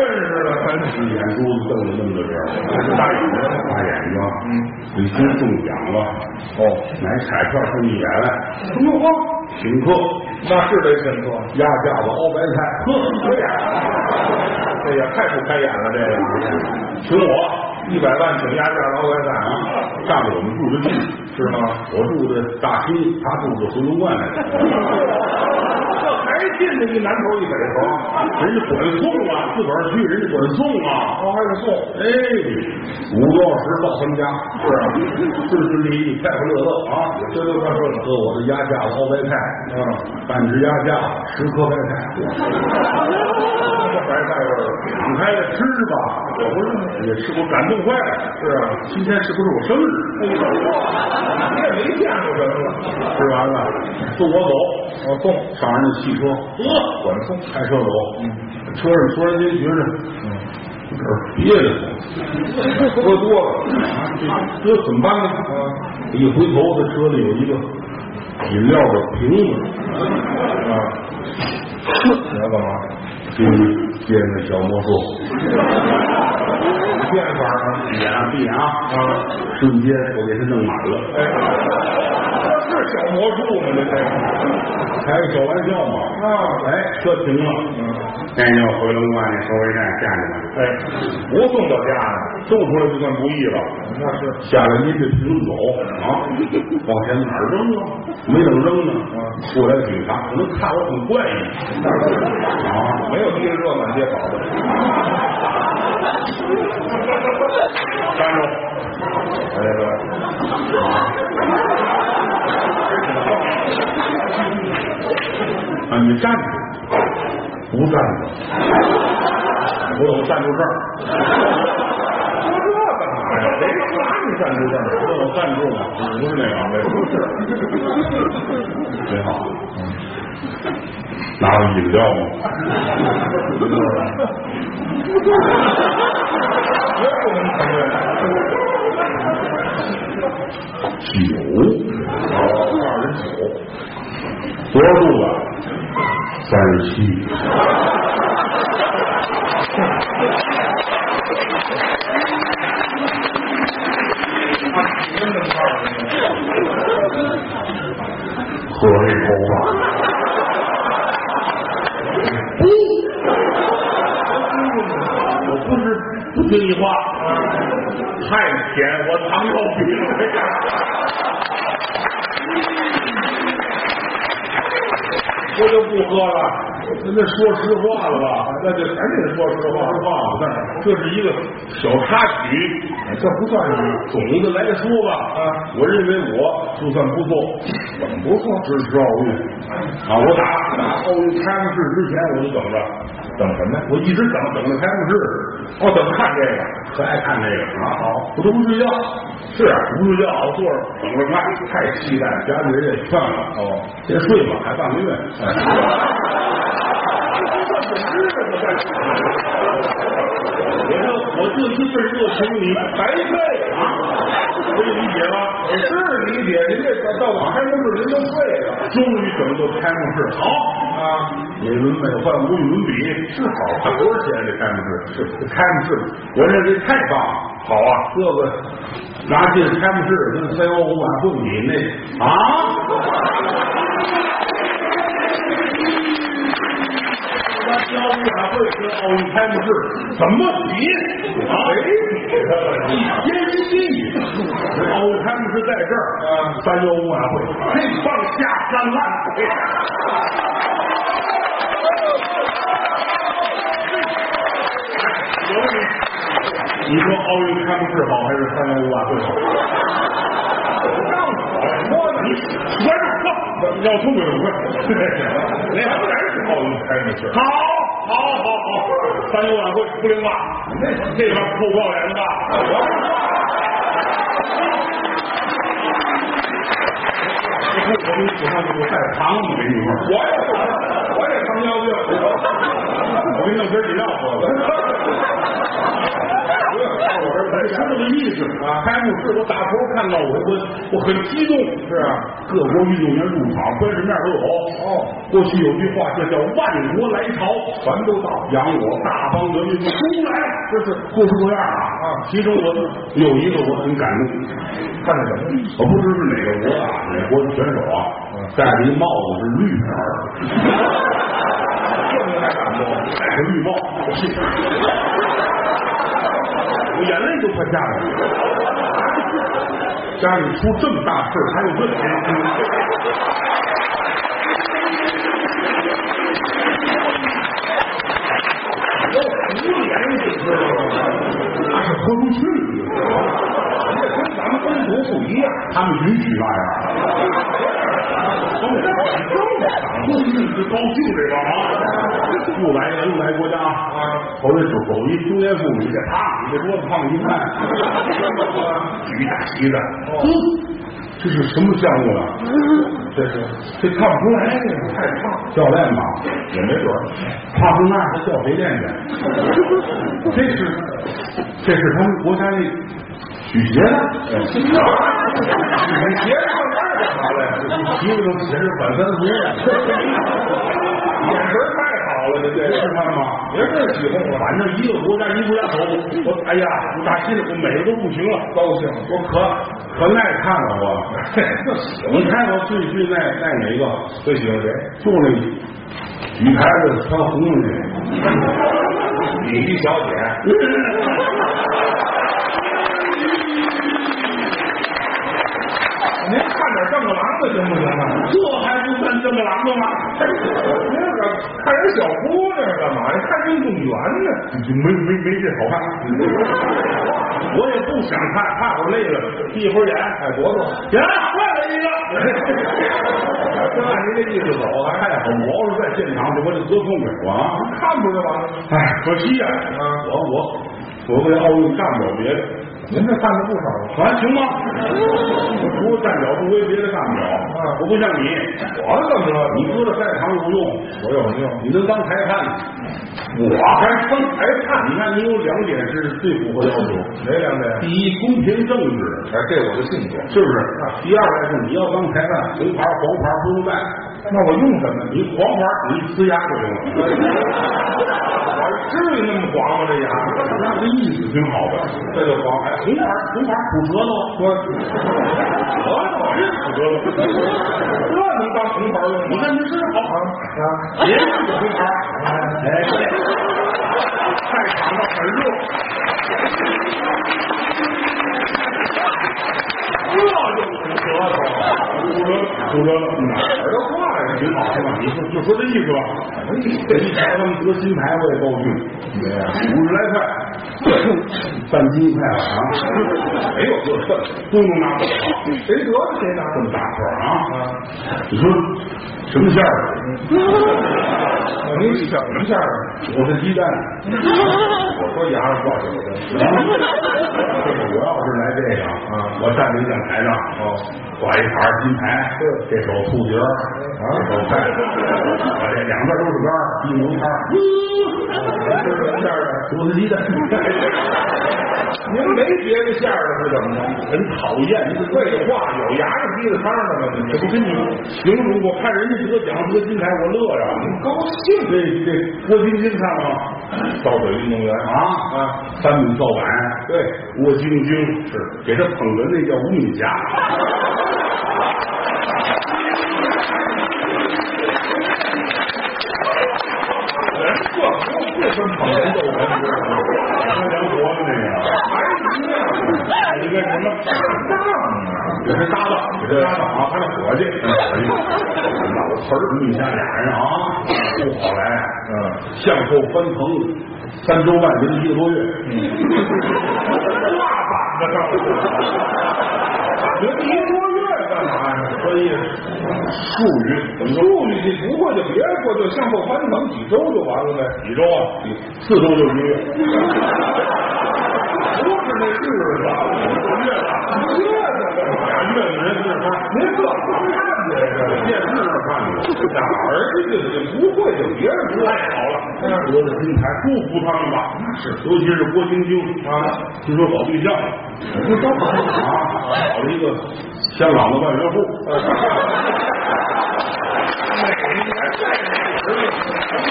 [SPEAKER 1] 认识的，咱眼珠子瞪着瞪着这儿，大眼睛，大眼睛，李菁中奖了，哦，买彩票送一百万，什么请客，
[SPEAKER 2] 那是得请客。
[SPEAKER 1] 压架子熬白菜， 呵，这
[SPEAKER 2] 这也太不开眼了，这个
[SPEAKER 1] 请我一百万请压价老板干啊，上了我们住的地是吗？我住的大兴，他住的回龙观来的。这还进的一南头一北头，人家管送啊，自个儿去人家管送啊，我还得送。哎，五个多小时到他们家，是 啊，顺顺利利，快快乐乐啊，我这就算顺了。喝我的鸭架熬白菜，啊，半只鸭架，十颗白菜，这白菜味儿，敞开了吃吧。我不是也吃，我感动坏了。是啊，今天是不是我生日？
[SPEAKER 2] 你也没见过什么了。
[SPEAKER 1] 吃完了，送我走，我送上人家汽车，呵，管送，开车走。车上突然间觉着，嗯，这儿憋得慌，喝多了，这这怎么办呢？啊，一回头，他车里有一个饮料的瓶子，啊，你要干嘛？给你变个小魔术。变法儿啊，闭眼啊，闭眼啊，啊，瞬间我给他弄满了。
[SPEAKER 2] 哎，这是小魔术吗？这这
[SPEAKER 1] 开个小玩笑嘛。啊，哎，车停了。嗯，那就回龙观那收费站下去吧。
[SPEAKER 2] 哎，不送到家呢，
[SPEAKER 1] 送出来就算不易了。那是下来拎着瓶子走啊，往前哪儿扔啊？没等扔呢，啊，过来警察可能看我很怪异啊，
[SPEAKER 2] 没有地着热满街跑的。
[SPEAKER 1] 站住！哎呀，啊，你站住！不站住！我怎么站住这儿？
[SPEAKER 2] 说这干嘛呀？谁拿你站住这儿？
[SPEAKER 1] 我怎么站住了？不是那个，那不是。挺好。拿了饮料吗？
[SPEAKER 2] 绝不能承认。
[SPEAKER 1] 酒，二十九，多少度啊？三十七。喝一口吧。我不是不听你话，太甜，我糖尿病了。我就不喝了，那那说实话了吧？那就赶紧说实话，实话但是这是一个小插曲，这不算是嗯总的来说吧？啊，我认为我就算不错，怎么不错？支持奥运啊！我打打奥运开幕式之前我就等着，等什么呀？我一直等等着开幕式，我等着看这个，可爱看这个啊！好，我都不睡觉，是啊，不睡觉，我坐着等着看，太期待了。家里人也劝了，哦，别睡吧，还半个 月。哎我说我这一份热情你白费啊，可以理解吗？
[SPEAKER 2] 是理解，人家到到网上都是人都废了。
[SPEAKER 1] 终于等到开幕式，好啊，美轮美奂，无与伦比，是好看多少钱？这开幕式是开幕式，我认为太棒了，好啊！这个拿进开幕式跟三幺五晚会比那啊，三幺五晚会跟奥运开幕式怎么比？啊没比，一天一地。奥运开幕式在这儿，三幺五晚会这放下三滥。你说奥运开幕式好还是三幺五晚会 好？说你说什么？要出轨不会，那当然是奥运开幕式。好，好，好，好，三幺五晚会不灵吧？那那帮臭不要脸的吧？我我给你补上去，我带糖了，我给你一块儿。
[SPEAKER 2] 我也我也糖尿病，
[SPEAKER 1] 我给你弄瓶饮料喝吧。我知道这个意思啊！开幕式我打头看到我我我很激动，是啊，各国运动员入场，观世面都有。哦，过去有句话这叫万国来朝，全都到，扬我大邦德运动都来，这是各式各样啊。啊，其中我有一个我很感动，看着什么？我不知是哪个国啊，哪国的选手啊，戴着一帽子是绿色的。 这没太感动，啊戴个绿帽，我心想我眼泪都快下来了。家里出这么大事儿还有问题？
[SPEAKER 2] 无脸你知道吗？
[SPEAKER 1] 那是豁出去了。
[SPEAKER 2] 跟咱们中国不一样，
[SPEAKER 1] 他们允许啊那样。我们这很正常，这高兴这个啊！又来了，又来国家啊！头这手手一中年妇女，啪，你这桌子上一看，举大旗子，嗯，这是什么项目啊？这是这看不出来，太胖。教练吧，
[SPEAKER 2] 也没准儿。
[SPEAKER 1] 胖成那样，还叫谁练去？这是这是他们国家那举鞋的，
[SPEAKER 2] 你别上班儿干嘛来？
[SPEAKER 1] 一个都鞋是反三 足呀，
[SPEAKER 2] 眼神儿太好了，这
[SPEAKER 1] 这
[SPEAKER 2] 啊这
[SPEAKER 1] 是他们吗？
[SPEAKER 2] 您这起哄了，
[SPEAKER 1] 反正一个国家一国家走，我哎呀，我打心里我美的都不行了，
[SPEAKER 2] 高兴。
[SPEAKER 1] 我可可耐看了 我。你看我最最耐耐哪个？
[SPEAKER 2] 最喜欢谁？
[SPEAKER 1] 就那举牌子穿红的那个。
[SPEAKER 2] 李丽小姐，您看点丈母郎的行不行啊？
[SPEAKER 1] 这还不算正郎的吗？
[SPEAKER 2] 那个看人小姑娘干嘛呀？看运动员呢？
[SPEAKER 1] 就没没没这好看，我也不想看，看会儿累了，闭会儿眼，
[SPEAKER 2] 哎，伯伯，
[SPEAKER 1] 行了，换了一个。
[SPEAKER 2] 真按您这意思走，还
[SPEAKER 1] 太好，我要是在现场，我得多痛快我啊！
[SPEAKER 2] 看不就完了？
[SPEAKER 1] 哎，可惜呀、
[SPEAKER 2] 啊
[SPEAKER 1] 我我我为奥运干不了别的，
[SPEAKER 2] 您这看的不少啊。
[SPEAKER 1] 还、行吗？我除了站脚不归，别的干不了。
[SPEAKER 2] 啊
[SPEAKER 1] 我不像你，
[SPEAKER 2] 我怎么了？
[SPEAKER 1] 你搁到赛场有用，
[SPEAKER 2] 我有什么用？
[SPEAKER 1] 你能当裁判，我还当裁判。你看，你有两点是最符合要求：
[SPEAKER 2] 哪两点？
[SPEAKER 1] 第一，公平正直，
[SPEAKER 2] 哎，这我的性格。
[SPEAKER 1] 是不是？第二个是你要当裁判，红牌、黄牌不用带，
[SPEAKER 2] 那我用什么？
[SPEAKER 1] 你黄牌你呲牙就行了。
[SPEAKER 2] 我至于那么黄吗？这牙，
[SPEAKER 1] 啊那个意思挺好的。
[SPEAKER 2] 这就黄。哎，
[SPEAKER 1] 红牌，红牌吐舌头，
[SPEAKER 2] 我我老是死哥了，这能当红牌用
[SPEAKER 1] 你
[SPEAKER 2] 吗？
[SPEAKER 1] 看你是好牌，
[SPEAKER 2] 啊，
[SPEAKER 1] 别是红牌，哎，赛场上很热，吐舌吐
[SPEAKER 2] 这就舌头，
[SPEAKER 1] 舌头，哪
[SPEAKER 2] 哪儿都话呀？
[SPEAKER 1] 挺好是吧？你说就说这意思吧。
[SPEAKER 2] 什么意
[SPEAKER 1] 这一瞧他们得金牌，我也高兴，
[SPEAKER 2] 没呀？
[SPEAKER 1] 五十来块，半斤一块啊，
[SPEAKER 2] 没有就这，
[SPEAKER 1] 都能拿走，
[SPEAKER 2] 谁得了谁拿
[SPEAKER 1] 这么大块儿啊！
[SPEAKER 2] 啊？
[SPEAKER 1] 你说什么馅儿？
[SPEAKER 2] 您想什么馅儿？
[SPEAKER 1] 我是鸡蛋
[SPEAKER 2] 我说牙上挂酒的，
[SPEAKER 1] 啊！我要是来这个啊，我站领奖台上，
[SPEAKER 2] 哦，
[SPEAKER 1] 挂一盘金牌，这手兔节儿，啊，这手菜，我这两边都是杆儿，一牛叉，
[SPEAKER 2] 这是什么馅儿
[SPEAKER 1] 螺丝鸡蛋，
[SPEAKER 2] 您没觉得相声是怎么的？
[SPEAKER 1] 人讨厌，你
[SPEAKER 2] 废话，有牙就鼻子汤的吗？
[SPEAKER 1] 这不跟你形容？我看人家得奖得金牌，我乐呀，
[SPEAKER 2] 你高兴
[SPEAKER 1] 这这郭晶晶看吗？跳水运动员
[SPEAKER 2] 啊啊！
[SPEAKER 1] 三米跳板，
[SPEAKER 2] 对，
[SPEAKER 1] 郭晶晶是给他捧哏那叫五米侠，
[SPEAKER 2] 人哎这不会跟捧人斗人知道吗？
[SPEAKER 1] 还梁国的那个。
[SPEAKER 2] 还
[SPEAKER 1] 一个什么搭档啊，给他搭档，给他搭档啊，他的伙计，老词儿，你像俩人啊，不好来，嗯，相后翻腾三周半年一个多月，
[SPEAKER 2] 大板子上了，您一多月干嘛呀？
[SPEAKER 1] 所以术语
[SPEAKER 2] 术语你不会就别过，就向后翻腾几周就完了呗。
[SPEAKER 1] 几周啊，四周就是一个月，
[SPEAKER 2] 不是那日子，
[SPEAKER 1] 月了，
[SPEAKER 2] 月子干嘛呀？
[SPEAKER 1] 月了人是他，
[SPEAKER 2] 您这看的这
[SPEAKER 1] 电视上看的，
[SPEAKER 2] 哪儿去的？你不会就别说
[SPEAKER 1] 太好了，得了金牌，祝福他们吧。是，尤其是郭晶晶啊，听说搞对象了，
[SPEAKER 2] 你都好
[SPEAKER 1] 啊，搞了一个香港的万元户，万元户，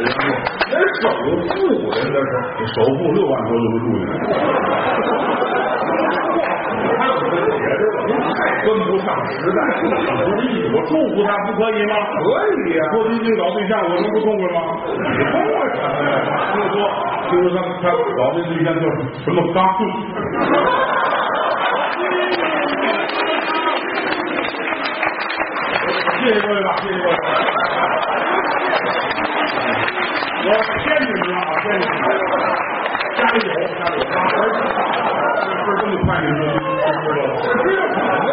[SPEAKER 2] 人首富人那是。
[SPEAKER 1] 这首付六万多就能住进来，
[SPEAKER 2] 还有这解释吧？您太跟不上时代了。
[SPEAKER 1] 不是意思，我祝福他不可以吗？
[SPEAKER 2] 可以呀、
[SPEAKER 1] 郭晶晶搞对象，我能不痛快吗？
[SPEAKER 2] 你疯了什么呀？
[SPEAKER 1] 听说，听说他他搞这对象叫什么刚，谢谢各位吧，谢谢各位。我天津知道啊，天津家里有，家里有，而且这事这么快，你们就知道了。
[SPEAKER 2] 知道什么 呀？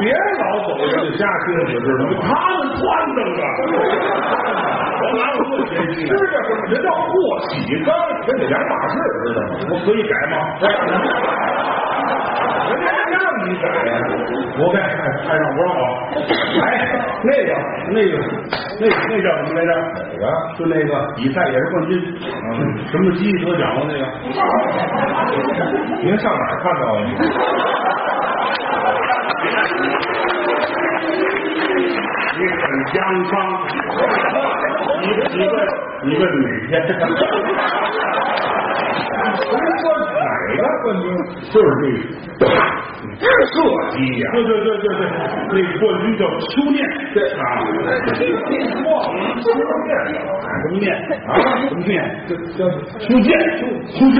[SPEAKER 2] 别老走
[SPEAKER 1] 人家瞎听你知道吗？
[SPEAKER 2] 他们撺掇的，
[SPEAKER 1] 我哪有那么闲心
[SPEAKER 2] 知
[SPEAKER 1] 啊？
[SPEAKER 2] 道什么？这叫祸起刚，跟这两码事儿似的。
[SPEAKER 1] 我可以改吗？
[SPEAKER 2] 人家还让你改呀？
[SPEAKER 1] 我改，爱上不让我。哎，那个，那个，那个那叫什么来着？
[SPEAKER 2] 哪个？
[SPEAKER 1] 就那个比赛也是冠军，嗯，什么鸡得奖了那个。
[SPEAKER 2] 您上哪儿看到的？
[SPEAKER 1] 你很阳刚，你你问你问哪天？
[SPEAKER 2] 您说哪个冠军？
[SPEAKER 1] 就是这个，
[SPEAKER 2] 这鸡呀！
[SPEAKER 1] 对对对对对，那冠军叫邱念，
[SPEAKER 2] 对
[SPEAKER 1] 啊，什么念啊？什么念？
[SPEAKER 2] 这这
[SPEAKER 1] 邱健，邱邱健，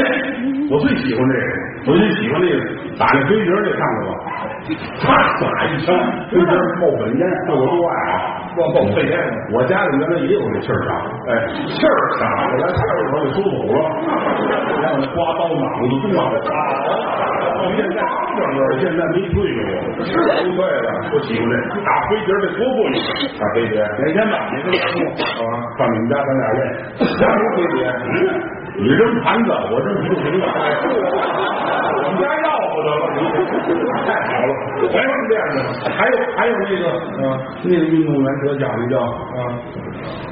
[SPEAKER 1] 我最喜欢这个，我最喜欢那个打那飞碟儿那看过吧？啪打一枪，飞碟儿冒本烟，这我多爱啊！
[SPEAKER 2] 光报肺炎了，
[SPEAKER 1] 我家里原来也有那气儿枪，哎，
[SPEAKER 2] 气儿
[SPEAKER 1] 打
[SPEAKER 2] 大
[SPEAKER 1] 过来气儿我给收走了，让我刮到脑子中了。我现在整个现在没退过，
[SPEAKER 2] 是不对了。
[SPEAKER 1] 我喜欢这打飞碟儿这多过瘾！
[SPEAKER 2] 大飞碟，
[SPEAKER 1] 哪天吧，你跟我说啊，上你们家咱俩练。
[SPEAKER 2] 家里飞碟，
[SPEAKER 1] 你扔盘子，我扔不瓶子。
[SPEAKER 2] 我们家要不得了。
[SPEAKER 1] 太好了，还有练的，还有还有那个，嗯、那个运动员得奖的叫啊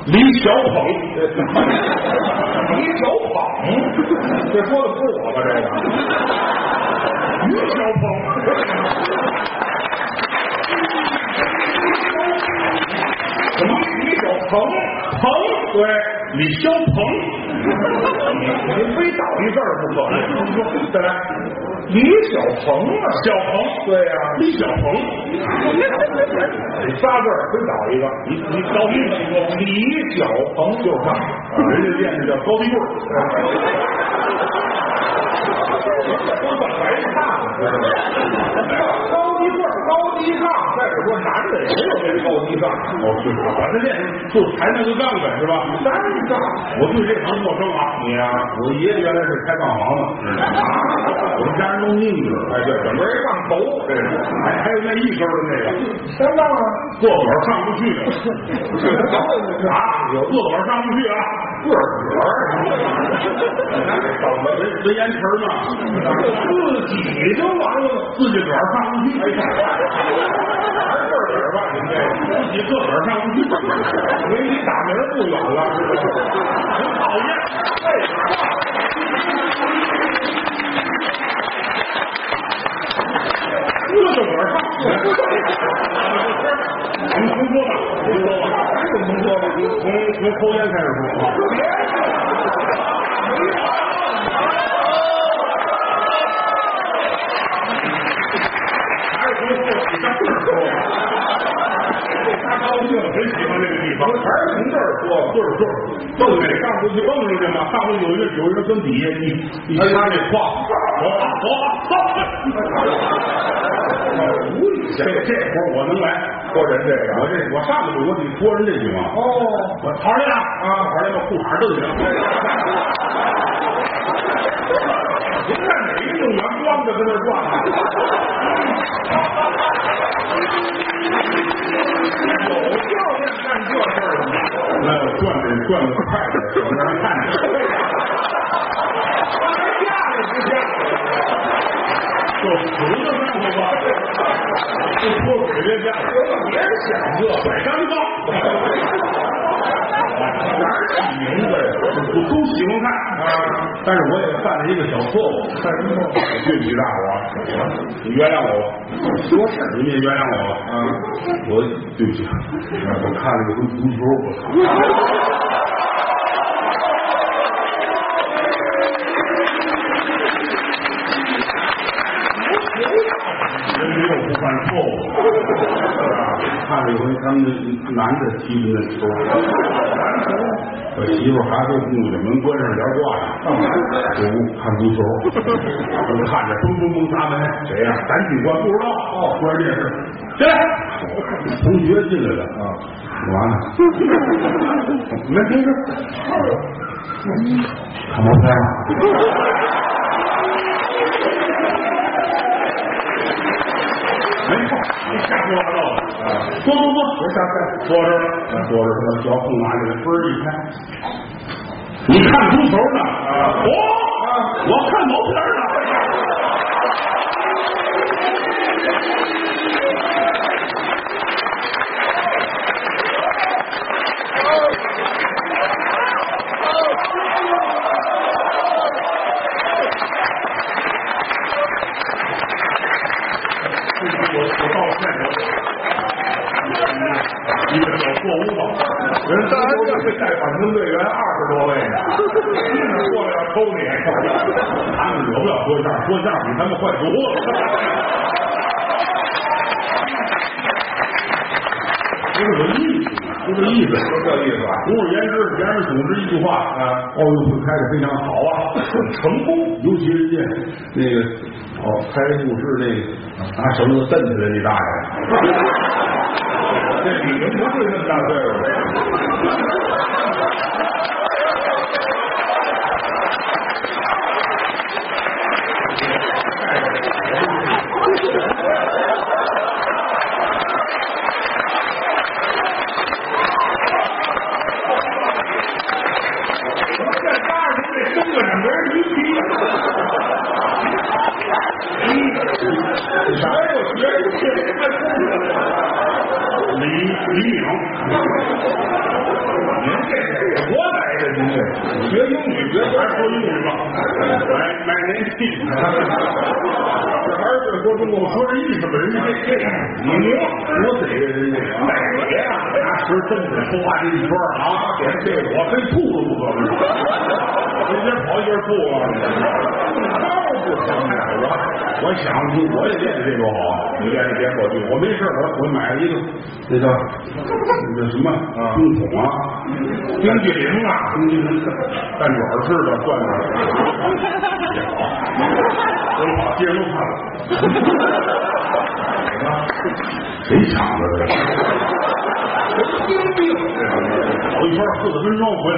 [SPEAKER 1] 李小捧，
[SPEAKER 2] 你小捧，这说的不是我吧？这个。
[SPEAKER 1] 于小捧，
[SPEAKER 2] 什么？你小鹏，
[SPEAKER 1] 捧对，李小捧，
[SPEAKER 2] 您非倒一字儿不可。
[SPEAKER 1] 再来，
[SPEAKER 2] 李小鹏啊，
[SPEAKER 1] 小捧，
[SPEAKER 2] 对啊呀、
[SPEAKER 1] 李小捧，
[SPEAKER 2] 得仨字儿非倒一个。
[SPEAKER 1] 你你高低你说，
[SPEAKER 2] 李小鹏就是他，啊
[SPEAKER 1] 人家练的叫高低 棍儿，
[SPEAKER 2] 都算白唱了，知道吗？高低个儿，高低杠。再者说，男的也有这高低杠，
[SPEAKER 1] 哦是，反正练就抬那个杠呗，是吧？
[SPEAKER 2] 单杠。
[SPEAKER 1] 我对这行陌生啊，你啊，我爷爷原来是开杠房的，
[SPEAKER 2] 啊
[SPEAKER 1] 我们家人都拧着，
[SPEAKER 2] 哎，对，整个一杠头，这是
[SPEAKER 1] 还还有那一根儿的那个。
[SPEAKER 2] 单杠啊，
[SPEAKER 1] 自个儿上不去 的
[SPEAKER 2] 啊，
[SPEAKER 1] 有自个儿上不去啊，
[SPEAKER 2] 个儿，
[SPEAKER 1] 那倒霉人人烟尘嘛，
[SPEAKER 2] 自己就完了。
[SPEAKER 1] 自己个儿上不去，哎呀，
[SPEAKER 2] 还个儿吧，您这 个。
[SPEAKER 1] 自己自个儿上不去， 哎
[SPEAKER 2] 离你打名不远了，
[SPEAKER 1] 很讨厌。从从抽烟开始说啊。还是从做起上说。他高兴，很喜欢这个地方。
[SPEAKER 2] 还是从这儿说吧。
[SPEAKER 1] 就是就是蹦呗，上回去蹦出去嘛，上回有一个有一个跟底下一一他那胯，走走走，这这活我能来，
[SPEAKER 2] 说人这啊
[SPEAKER 1] 我这我上去我得拖人这句嘛，
[SPEAKER 2] 哦，
[SPEAKER 1] 我跑来了啊，跑来把裤衩蹬 上。您看哪个运动员光着跟那儿转啊？
[SPEAKER 2] 有教练干这事儿吗？
[SPEAKER 1] 那我转得转得快点，我让人 看见。
[SPEAKER 2] 我还下来不下？
[SPEAKER 1] 就死就上去吧，就脱水这架，
[SPEAKER 2] 别想
[SPEAKER 1] 这甩干吧。哪儿起名字呀？我都喜欢看啊，但是我也犯了一个小错误，
[SPEAKER 2] 看什么？
[SPEAKER 1] 对不起大伙儿啊，你原谅我吧，说事你们也原谅我吧啊，我对不起，我看了一回足球，我操，人没有不犯错误，啊看了一回他们男的踢的那球，我媳妇儿还跟屋里门关上帘儿挂上，进屋看足球， 我就看着嘣嘣嘣砸门，谁呀、咱警官不知道，哦，关电视，进来， 同学进来了啊，干嘛 呢？没没事，看毛片 儿。没错，你瞎说八道的。啊说说说，我瞎说，说这儿了，说这儿了，小空拿起来，嘣儿一开，你看足球呢？我我看毛片儿呢。我我道歉，我一个小错误吧。人当时就是带板球队员二十多位呢，过来要抽你，他们惹不了说相声，说相声比他们坏多了。不是文艺，不是意思，
[SPEAKER 2] 就这意思吧？
[SPEAKER 1] 总而言之，言而总之一句话，啊，奥运会开的非常好啊，很成功。尤其人家那个哦，开幕式那个啊拿绳子蹬起来那大爷，
[SPEAKER 2] 这你们不是那么大岁数的，这八十岁身子上没人提皮，还有学历，还
[SPEAKER 1] 李李敏，
[SPEAKER 2] 您这是活该的，您这学英语学
[SPEAKER 1] 还说英语吧，买买人气，
[SPEAKER 2] 还是会说中国
[SPEAKER 1] 我
[SPEAKER 2] 话，
[SPEAKER 1] 说这意思吧，人家这这你明多得人家啊，
[SPEAKER 2] 哪个呀？
[SPEAKER 1] 拿绳蹬起来说话这一圈儿啊，给人这个我非吐都不可能，我一边跑一边吐啊。我想我也练这多好啊！你练的别过去，我没事儿我我买了一个那叫那叫什么啊冰桶啊，
[SPEAKER 2] 冰激凌啊，
[SPEAKER 1] 冰激凌蛋卷儿似的转着，也好，真好，接着都看了。谁抢的这？
[SPEAKER 2] 冰冰
[SPEAKER 1] 跑一圈四十分钟回来，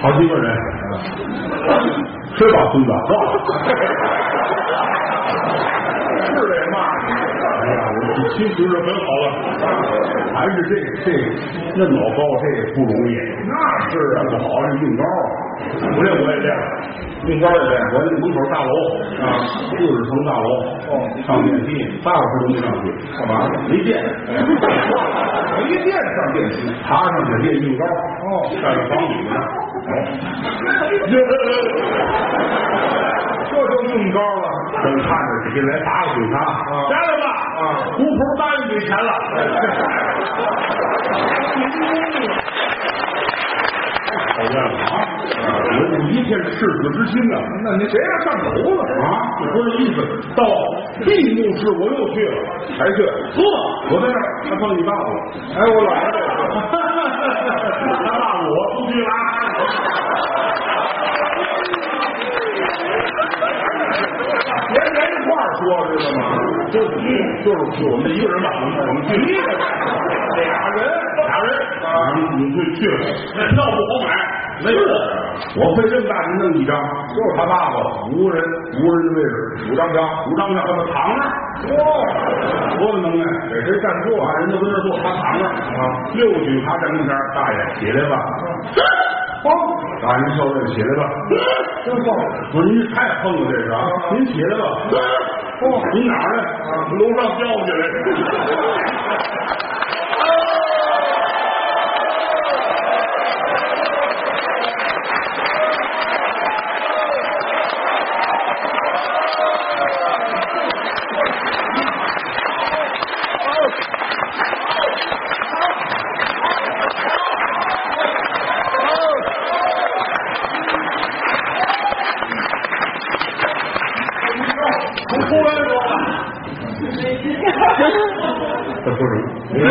[SPEAKER 1] 好几个人，吃吧孙子，走。
[SPEAKER 2] 是得骂你，
[SPEAKER 1] 哎呀，我其实很好了，还是这这那老高这不容易，
[SPEAKER 2] 那
[SPEAKER 1] 是啊，不好这运高啊，不练我也练，运高也练，我那门口大楼啊，六十层大楼，哦，上电梯八十分钟没上去，干嘛？没电，
[SPEAKER 2] 没电上电梯，
[SPEAKER 1] 爬上去练运高，哦，站在房顶哎上，哦，
[SPEAKER 2] 这就用高了。
[SPEAKER 1] 正看着底下来八个警察，
[SPEAKER 2] 啊
[SPEAKER 1] 下来吧，
[SPEAKER 2] 啊
[SPEAKER 3] 胡同答应给钱 了。
[SPEAKER 1] 好样的啊！有一片赤子之心啊呐、
[SPEAKER 2] 那您谁让上楼了？
[SPEAKER 1] 啊，就说这意思。到闭幕式我又去了，还去喝，我在那儿还碰你爸爸了。
[SPEAKER 2] 哎，我老爷子，
[SPEAKER 1] 他爸爸我出去啦。
[SPEAKER 2] 连连一块儿说知道吗？
[SPEAKER 1] 就就是我们一个人吧，我们我们去一个
[SPEAKER 2] 俩人，
[SPEAKER 1] 俩人啊，你们去去了，那票不好买，没有。我费这么大劲弄几张，就是他爸爸五个人，五个人的位置，五张票，五张票，他们躺那，
[SPEAKER 2] 嚯，
[SPEAKER 1] 多么能耐，给谁占座啊？人都跟那坐，他躺那啊，六举他站中间，大爷起来吧，
[SPEAKER 2] 哦，
[SPEAKER 1] 大人受累起来吧，
[SPEAKER 2] 真棒！
[SPEAKER 1] 不是您太横了这是啊，您起来吧，哦，您哪儿的？楼上掉下来的。
[SPEAKER 2] 从出来说，
[SPEAKER 1] 他说什么？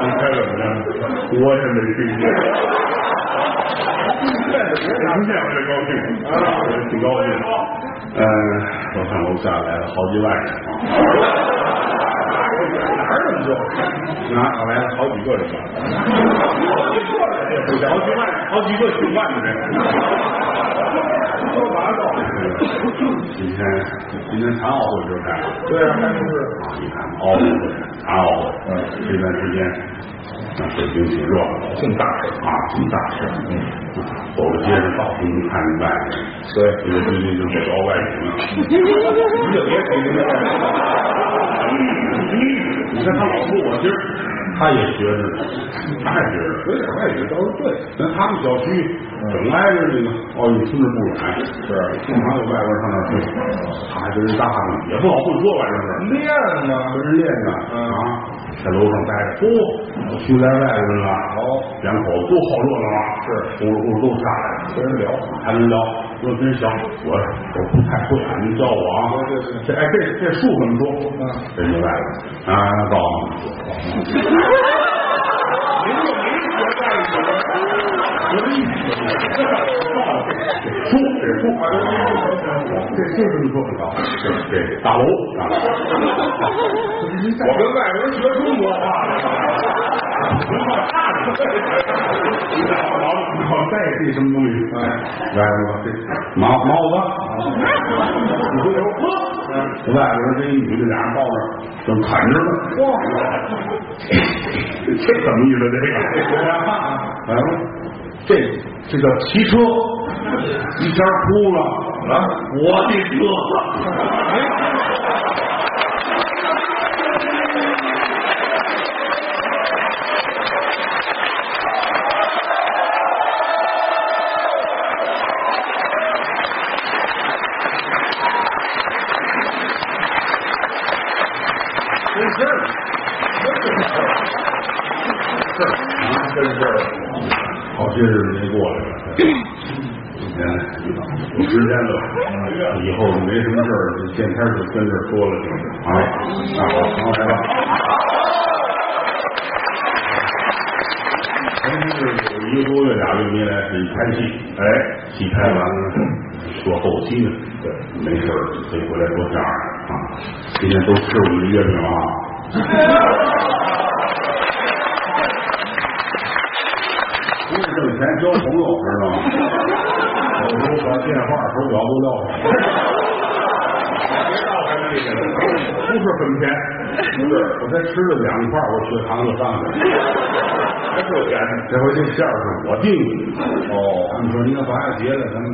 [SPEAKER 1] 你猜怎么着？我也没听见。听见我就高兴啊，我挺高兴。嗯，我看楼下来了好几万人啊，哪儿那么多？哪来了好几个人吧？也不小，好几万，好几个姓万的人。
[SPEAKER 2] 说八道，
[SPEAKER 1] 今天今天残奥会就这样。
[SPEAKER 2] 对啊，还不是
[SPEAKER 1] 啊，你看奥运会、残奥会，嗯，这段时间，那北京挺热闹，
[SPEAKER 2] 姓大的，
[SPEAKER 1] 啊，挺大事，嗯，走到街上到处能看见外人，
[SPEAKER 2] 对
[SPEAKER 1] 这个最近就给老外人了，
[SPEAKER 2] 您就别提您了，
[SPEAKER 1] 嗯你看他老说我今儿，他也学着呢，他也学着呢，
[SPEAKER 2] 有点外语倒是对，
[SPEAKER 1] 那他们小区整挨着那个奥运村子不远，
[SPEAKER 2] 是
[SPEAKER 1] 经常有外国人上那儿去，他还跟人搭呢，也不好会说外国人。
[SPEAKER 2] 练呢，
[SPEAKER 1] 跟人练呢啊，在楼上待着，哦，去在外边了，
[SPEAKER 2] 哦，
[SPEAKER 1] 两口子多好热闹啊！是，我我都下来了，
[SPEAKER 2] 跟人聊，
[SPEAKER 1] 还能聊，说真行，我我不太会啊，您教我啊。
[SPEAKER 2] 哦对对对
[SPEAKER 1] 这哎这这树怎么说？
[SPEAKER 2] 嗯，哎
[SPEAKER 1] 人家外边啊，告诉你，
[SPEAKER 2] 您就没学外语了，
[SPEAKER 1] 我这一听，这树这树，
[SPEAKER 2] 哎
[SPEAKER 1] 这树怎么说？啊这这大楼啊，
[SPEAKER 2] 我跟外国人学中国话了，
[SPEAKER 1] 老老带这什么东西？哎，外边这毛毛子，你说有嗯，外边这一女的俩人抱着正啃着呢，
[SPEAKER 2] 哇，
[SPEAKER 1] 这什么意思？这个，哎，这这叫骑车，一天哭了啊，我的车，
[SPEAKER 2] 真事儿，真事儿，真事儿，
[SPEAKER 1] 好些日子没过来了。今天有时间了，以后没什么事儿，就见天儿就跟这儿说了就啊。那好，那我来吧。前是有一个多月俩月没来，是一拍戏，哎，戏拍完了说后期呢，对，没事儿可以回来说相声啊。今天都吃我们的月饼啊。不是挣钱交朋友，知道吗？有时候把电话、手表都撂下。不是很甜，不是，我才吃了两块，我血糖就上来了。
[SPEAKER 2] 还是钱。
[SPEAKER 1] 这回这馅儿是我定的。哦，他们说您看八月节了，咱们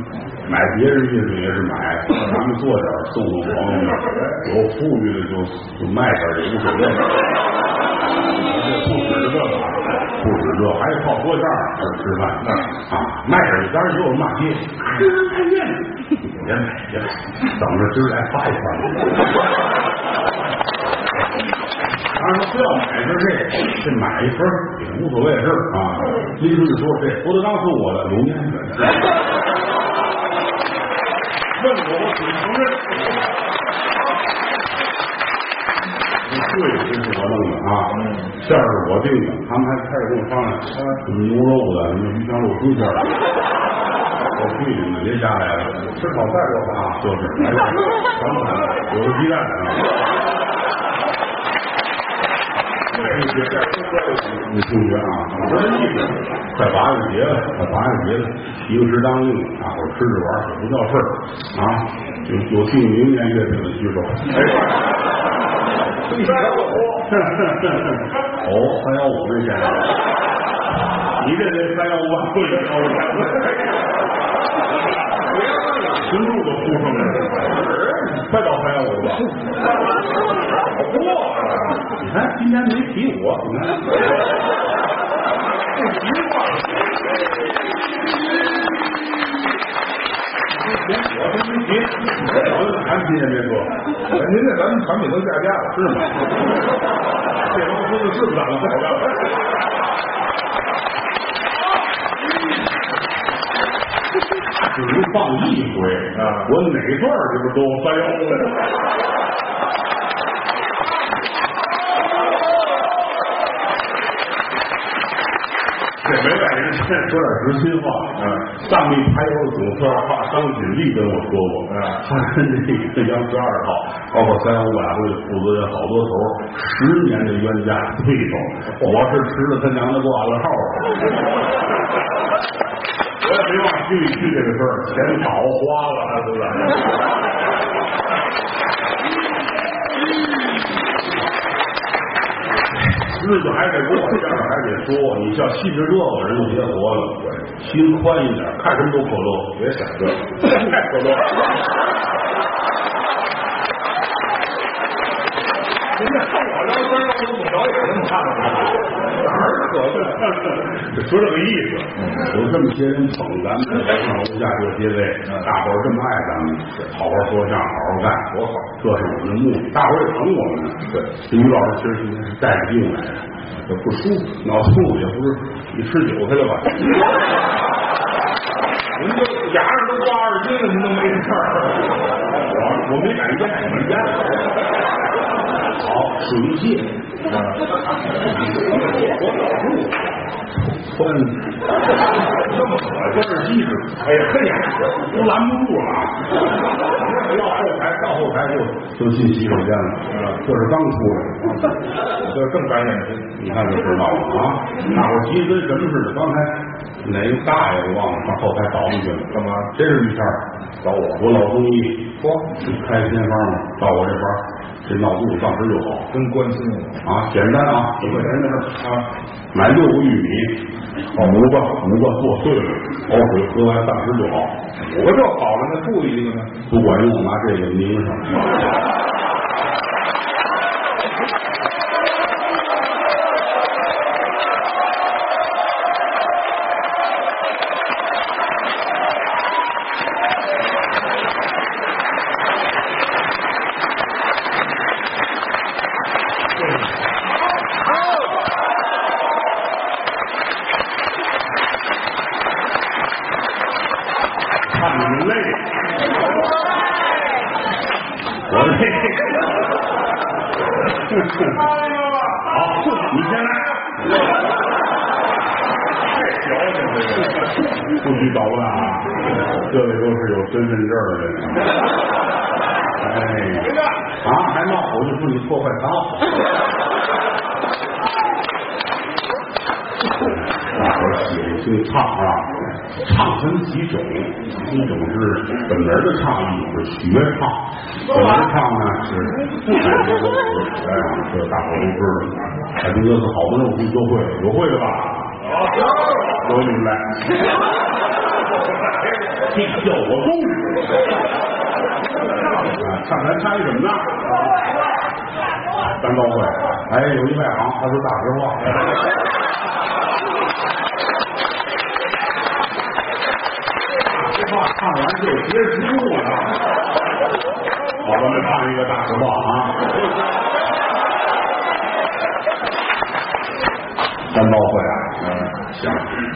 [SPEAKER 1] 买别人月饼也是买，咱们做点儿送送朋友们，有富裕的就就卖点儿也无所谓。不止这个，不止这，还得靠说相声吃饭啊，卖点儿当然也有骂街，别买别买，等着今儿来发一发。当然非要买是这个，这买一份儿也无所谓是吧啊。拎出去说这郭德纲是我的，留念的。问我，我只承认。这对，这是我弄的啊，馅儿是我定的。他们还开始跟我商量，什么牛肉的，什么鱼香肉丝馅儿的。我贵着呢，别下来了，吃好再说吧。啊就是，哎呀，咱们有个鸡蛋啊。 你听觉啊，不是意思，快八月节了，快八月节了，一个适当用，大伙儿吃着玩儿可不叫事儿啊。有有幸明年月饼的举手。
[SPEAKER 2] 啊
[SPEAKER 1] 哦，三幺五 那钱，你这得三幺五万贵了，群众都哭上来了，快到三幺五吧。你看今天没提我，你 看。我都没提，我咱今天别说，
[SPEAKER 2] 哎您这咱们产品都下架了，
[SPEAKER 1] 是吗？这帮孙子是不是长得好看？只能放一回
[SPEAKER 2] 啊
[SPEAKER 1] 我哪段儿这不都三幺五了？ 这没外人先说点实心话，啊，上一排油的总策划张锦丽跟我说过，
[SPEAKER 2] 啊
[SPEAKER 1] 他跟这个央视二套，包括三幺五晚会负责人好多头，十年的冤家对 手，我是吃了他娘的挂了号 了。我也没往心里去这个事儿，钱早花了，是吧？日子还得过，这样还得说。你像信着这个人就别活了，心宽一点，看什么都可乐，别想 这个，太可乐了。
[SPEAKER 2] 您这看我聊天儿，我小也这么看的，哪儿可乐？
[SPEAKER 1] 就说这个意思，有这么些人捧咱们，上楼下这些位，
[SPEAKER 2] 嗯
[SPEAKER 1] 大伙儿这么爱咱们，好好说相，好好干，多好！这是我们的目的，大伙儿也疼我们呢。对，这于老师其实今天是带着病来的，也不舒服，脑痛也不是，你吃韭菜了 吧？
[SPEAKER 2] 您这牙上都挂二斤了，您都没事儿。
[SPEAKER 1] 我我没敢咽，我咽了。好，水蟹，我老住，穿。
[SPEAKER 2] 这么恶
[SPEAKER 1] 我这是机智，哎呀，嘿呀，都拦不住了啊！到后台，到后台就就进洗手间了。这是刚出来，
[SPEAKER 2] 心，这更干眼睛。
[SPEAKER 1] 你看就知道了啊！那会儿急得跟什么似的，刚才哪个大爷我忘了上后台找你去了，
[SPEAKER 2] 干嘛
[SPEAKER 1] 真是于谦儿找我，我老中医，嚯，开偏方嘛，到我这边儿，这闹肚子当时就好。
[SPEAKER 2] 真关心我，
[SPEAKER 1] 啊，简单啊，几块钱的事儿啊，买六个玉米，哦好五个，五个剁碎了，熬水喝完当时就好，
[SPEAKER 2] 我这好了，那注意一个呢。
[SPEAKER 1] 不管用，拿这个拧上。看你们累，我累。哎好，你先来。不许捣乱啊！这位都是有身份证的人。哎，啊，还闹，我就说你破坏他好。 大伙儿喜欢听唱啊，唱分几种，一种是本门的唱，一种是学唱。本门唱呢是，哎，这大伙儿都知道。哎，这是好不容易学会了，有会的吧？有，有你们来。 这叫我功啊，唱咱参与什么呢？咱都会。哎，有一外行，他说大实话。实话唱完啊就结束了。好，咱们唱一个大实话啊。单刀会啊，行，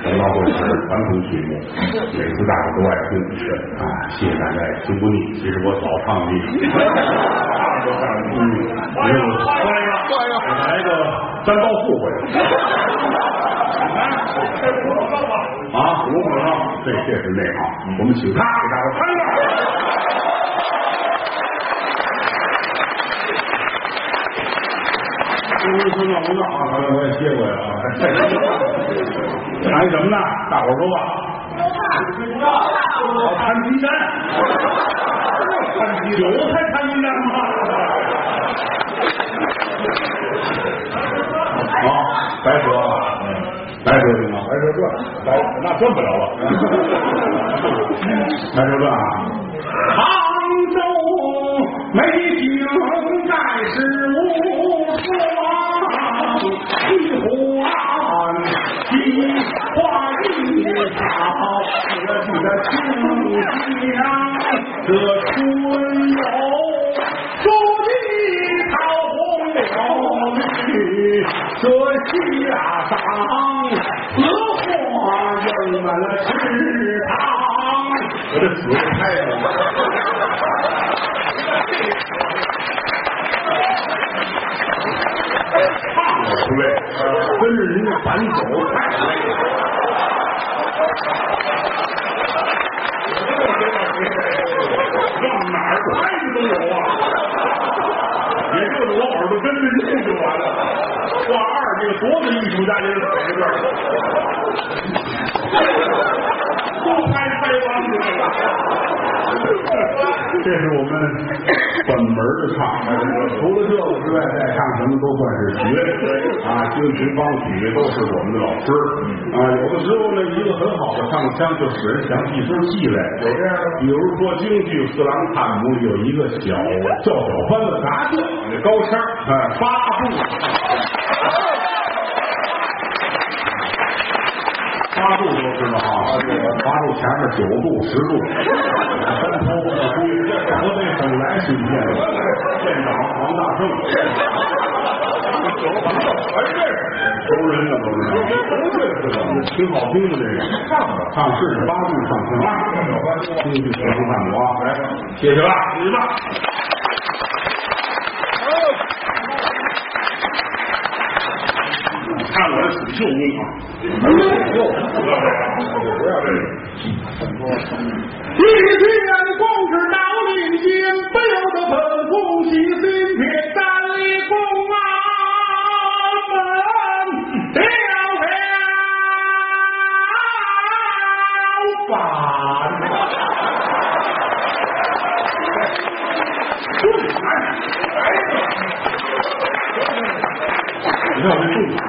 [SPEAKER 1] 单刀会是传统曲目，每次大伙都爱听。是啊，谢谢大家也听不腻。其实我早唱腻了，嗯，没有换一个，换一个，来个单刀赴会 啊，吴广昌，这这是内行，我们请他给大伙看看。不是不闹不闹啊！刚才我也接过来啊。谈什么呢？大啊伙儿说吧。我弹皮山，弹酒才弹皮山吗？啊，白蛇啊，白蛇行吗？白蛇传，白那转不了了。白蛇传啊，杭州美景盖世无双，一湖岸，一花一草，这是的清香，这春游，朱棣桃红柳绿，这西大上，荷花映满了池塘。我这死太了。出来，真是您这反手太累了。往哪儿拍去都有啊！你这我耳朵根子硬就完了。挂二这个多个艺术家也是在这儿，都拍拍完了。 这是我们本门的唱，除了这个之外，再唱什么都算是学啊，京剧、梆曲都是我们的老师啊。有的时候呢，一个很好的唱腔就使人想起一身戏来，有这样的。比如说京剧《四郎探母》里有一个小叫小番的杂调，那高腔儿哎，八步八度都知道啊，八度前面九度、十度，三头五龟，河北省涞水县县长王大胜，熟人了都是，都认识了，挺好听的这个，唱吧，唱试试八度唱听啊，京剧《能看我啊，来，谢谢吧，谢谢吧。看我这死秀功啊！一天公事闹令心，不由得本宫起心撇胆立公安门吊条板。你看我这肚子，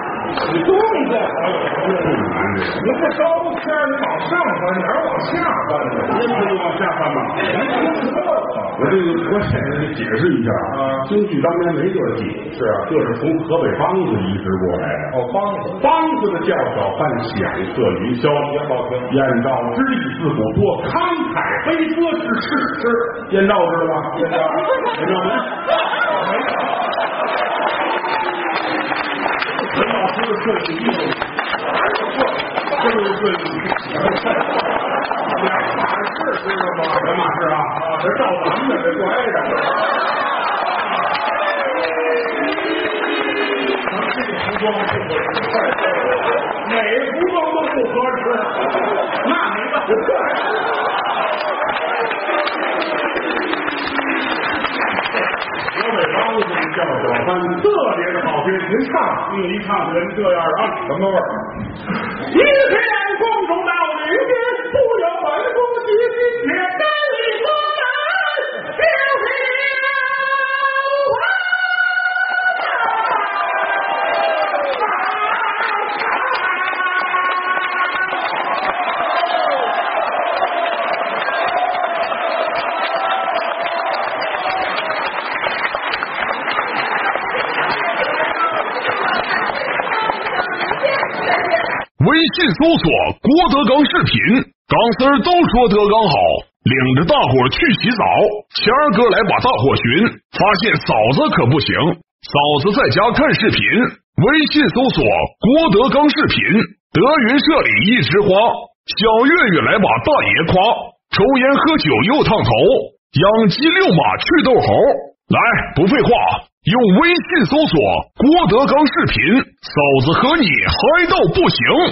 [SPEAKER 2] 你动作好有
[SPEAKER 1] 肚子难这个。
[SPEAKER 2] 您这高天儿你往上翻，哪儿往下翻呢？
[SPEAKER 1] 您不是往下翻吗？
[SPEAKER 2] 您这
[SPEAKER 1] 我这个我给这解释一下啊，京剧当年没这戏，是啊，这是从河北梆子移植过来的。
[SPEAKER 2] 哦，梆子，
[SPEAKER 1] 梆子的哦叫小范响彻云霄，燕赵之意自古多，慷慨悲歌之士。是燕赵知道吧？燕赵， 燕赵吗？ 陈老师的摄影艺术，这就是摄影艺术。是知道吗？两码事啊，这照咱们的这怪的。
[SPEAKER 2] 服装不合适，哪个服装都不合适，那没办法。
[SPEAKER 1] 河北梆子叫小番，特别的好听。您唱，嗯，一唱人这样啊，什么味儿？
[SPEAKER 2] 一天公主到女君，不由本宫喜心铁干里关门飘飘啊！
[SPEAKER 4] 微信搜索“郭德纲视频”，钢丝儿都说德纲好，领着大伙儿去洗澡。谦儿哥来把大伙寻，发现嫂子可不行，
[SPEAKER 1] 嫂子在家看视频，微信搜索“郭德纲视频”，德云社里一枝花，小岳岳来把大爷夸，抽烟喝酒又烫头，养鸡遛马去逗猴。来，不废话，用微信搜索“郭德纲视频”，嫂子和你嗨到不行。